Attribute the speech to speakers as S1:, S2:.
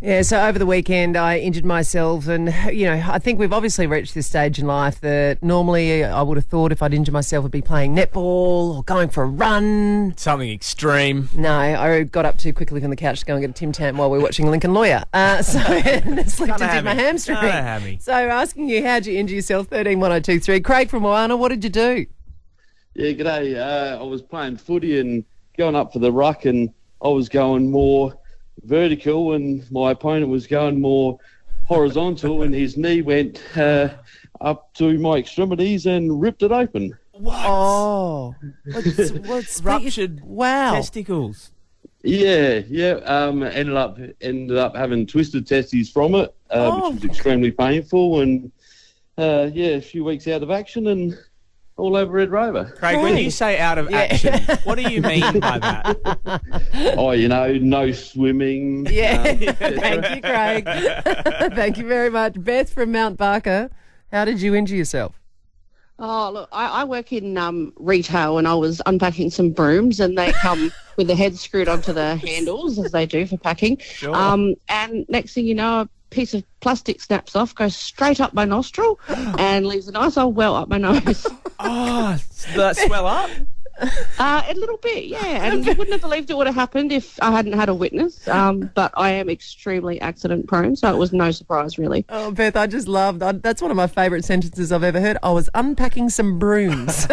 S1: Yeah, so over the weekend I injured myself, and you know I think we've obviously reached this stage in life that normally I would have thought if I'd injured myself, I'd be playing netball or going for a run.
S2: Something extreme.
S1: No, I got up too quickly from the couch to go and get a Tim Tam while we were watching Lincoln Lawyer. Uh, so and slipped and
S2: Gonna
S1: did my
S2: hammy.
S1: hamstring.
S2: Gonna hammy.
S1: So asking you how'd you injure yourself? Thirteen one zero two three. Craig from Moana, what did you do?
S3: Yeah, g'day. Uh, I was playing footy and going up for the ruck, and I was going more vertical, and my opponent was going more horizontal, and his knee went uh, up to my extremities and ripped it open.
S2: What?
S1: Oh, what's, what's
S2: Ruptured
S1: Wow.
S2: Testicles.
S3: Yeah, yeah. Um, ended up ended up having twisted testes from it, uh,
S1: Oh.
S3: which was extremely painful, and uh, yeah, a few weeks out of action and all over Red Rover.
S2: Craig, when you say out of action, what do you mean by that?
S3: oh, you know, no swimming.
S1: Yeah. Thank you, Craig. Thank you very much. Beth from Mount Barker, how did you injure yourself?
S4: Oh, look, I, I work in um, retail and I was unpacking some brooms and they come with the head screwed onto the handles as they do for packing.
S2: Sure.
S4: Um, and next thing you know, a piece of plastic snaps off, goes straight up my nostril and leaves a nice old well up my nose.
S2: oh, s- the swell up.
S4: Uh, a little bit, yeah. And you wouldn't have believed it would have happened if I hadn't had a witness. Um, but I am extremely accident prone, so it was no surprise, really.
S1: Oh, Beth, I just loved. I, that's one of my favourite sentences I've ever heard. I was unpacking some brooms.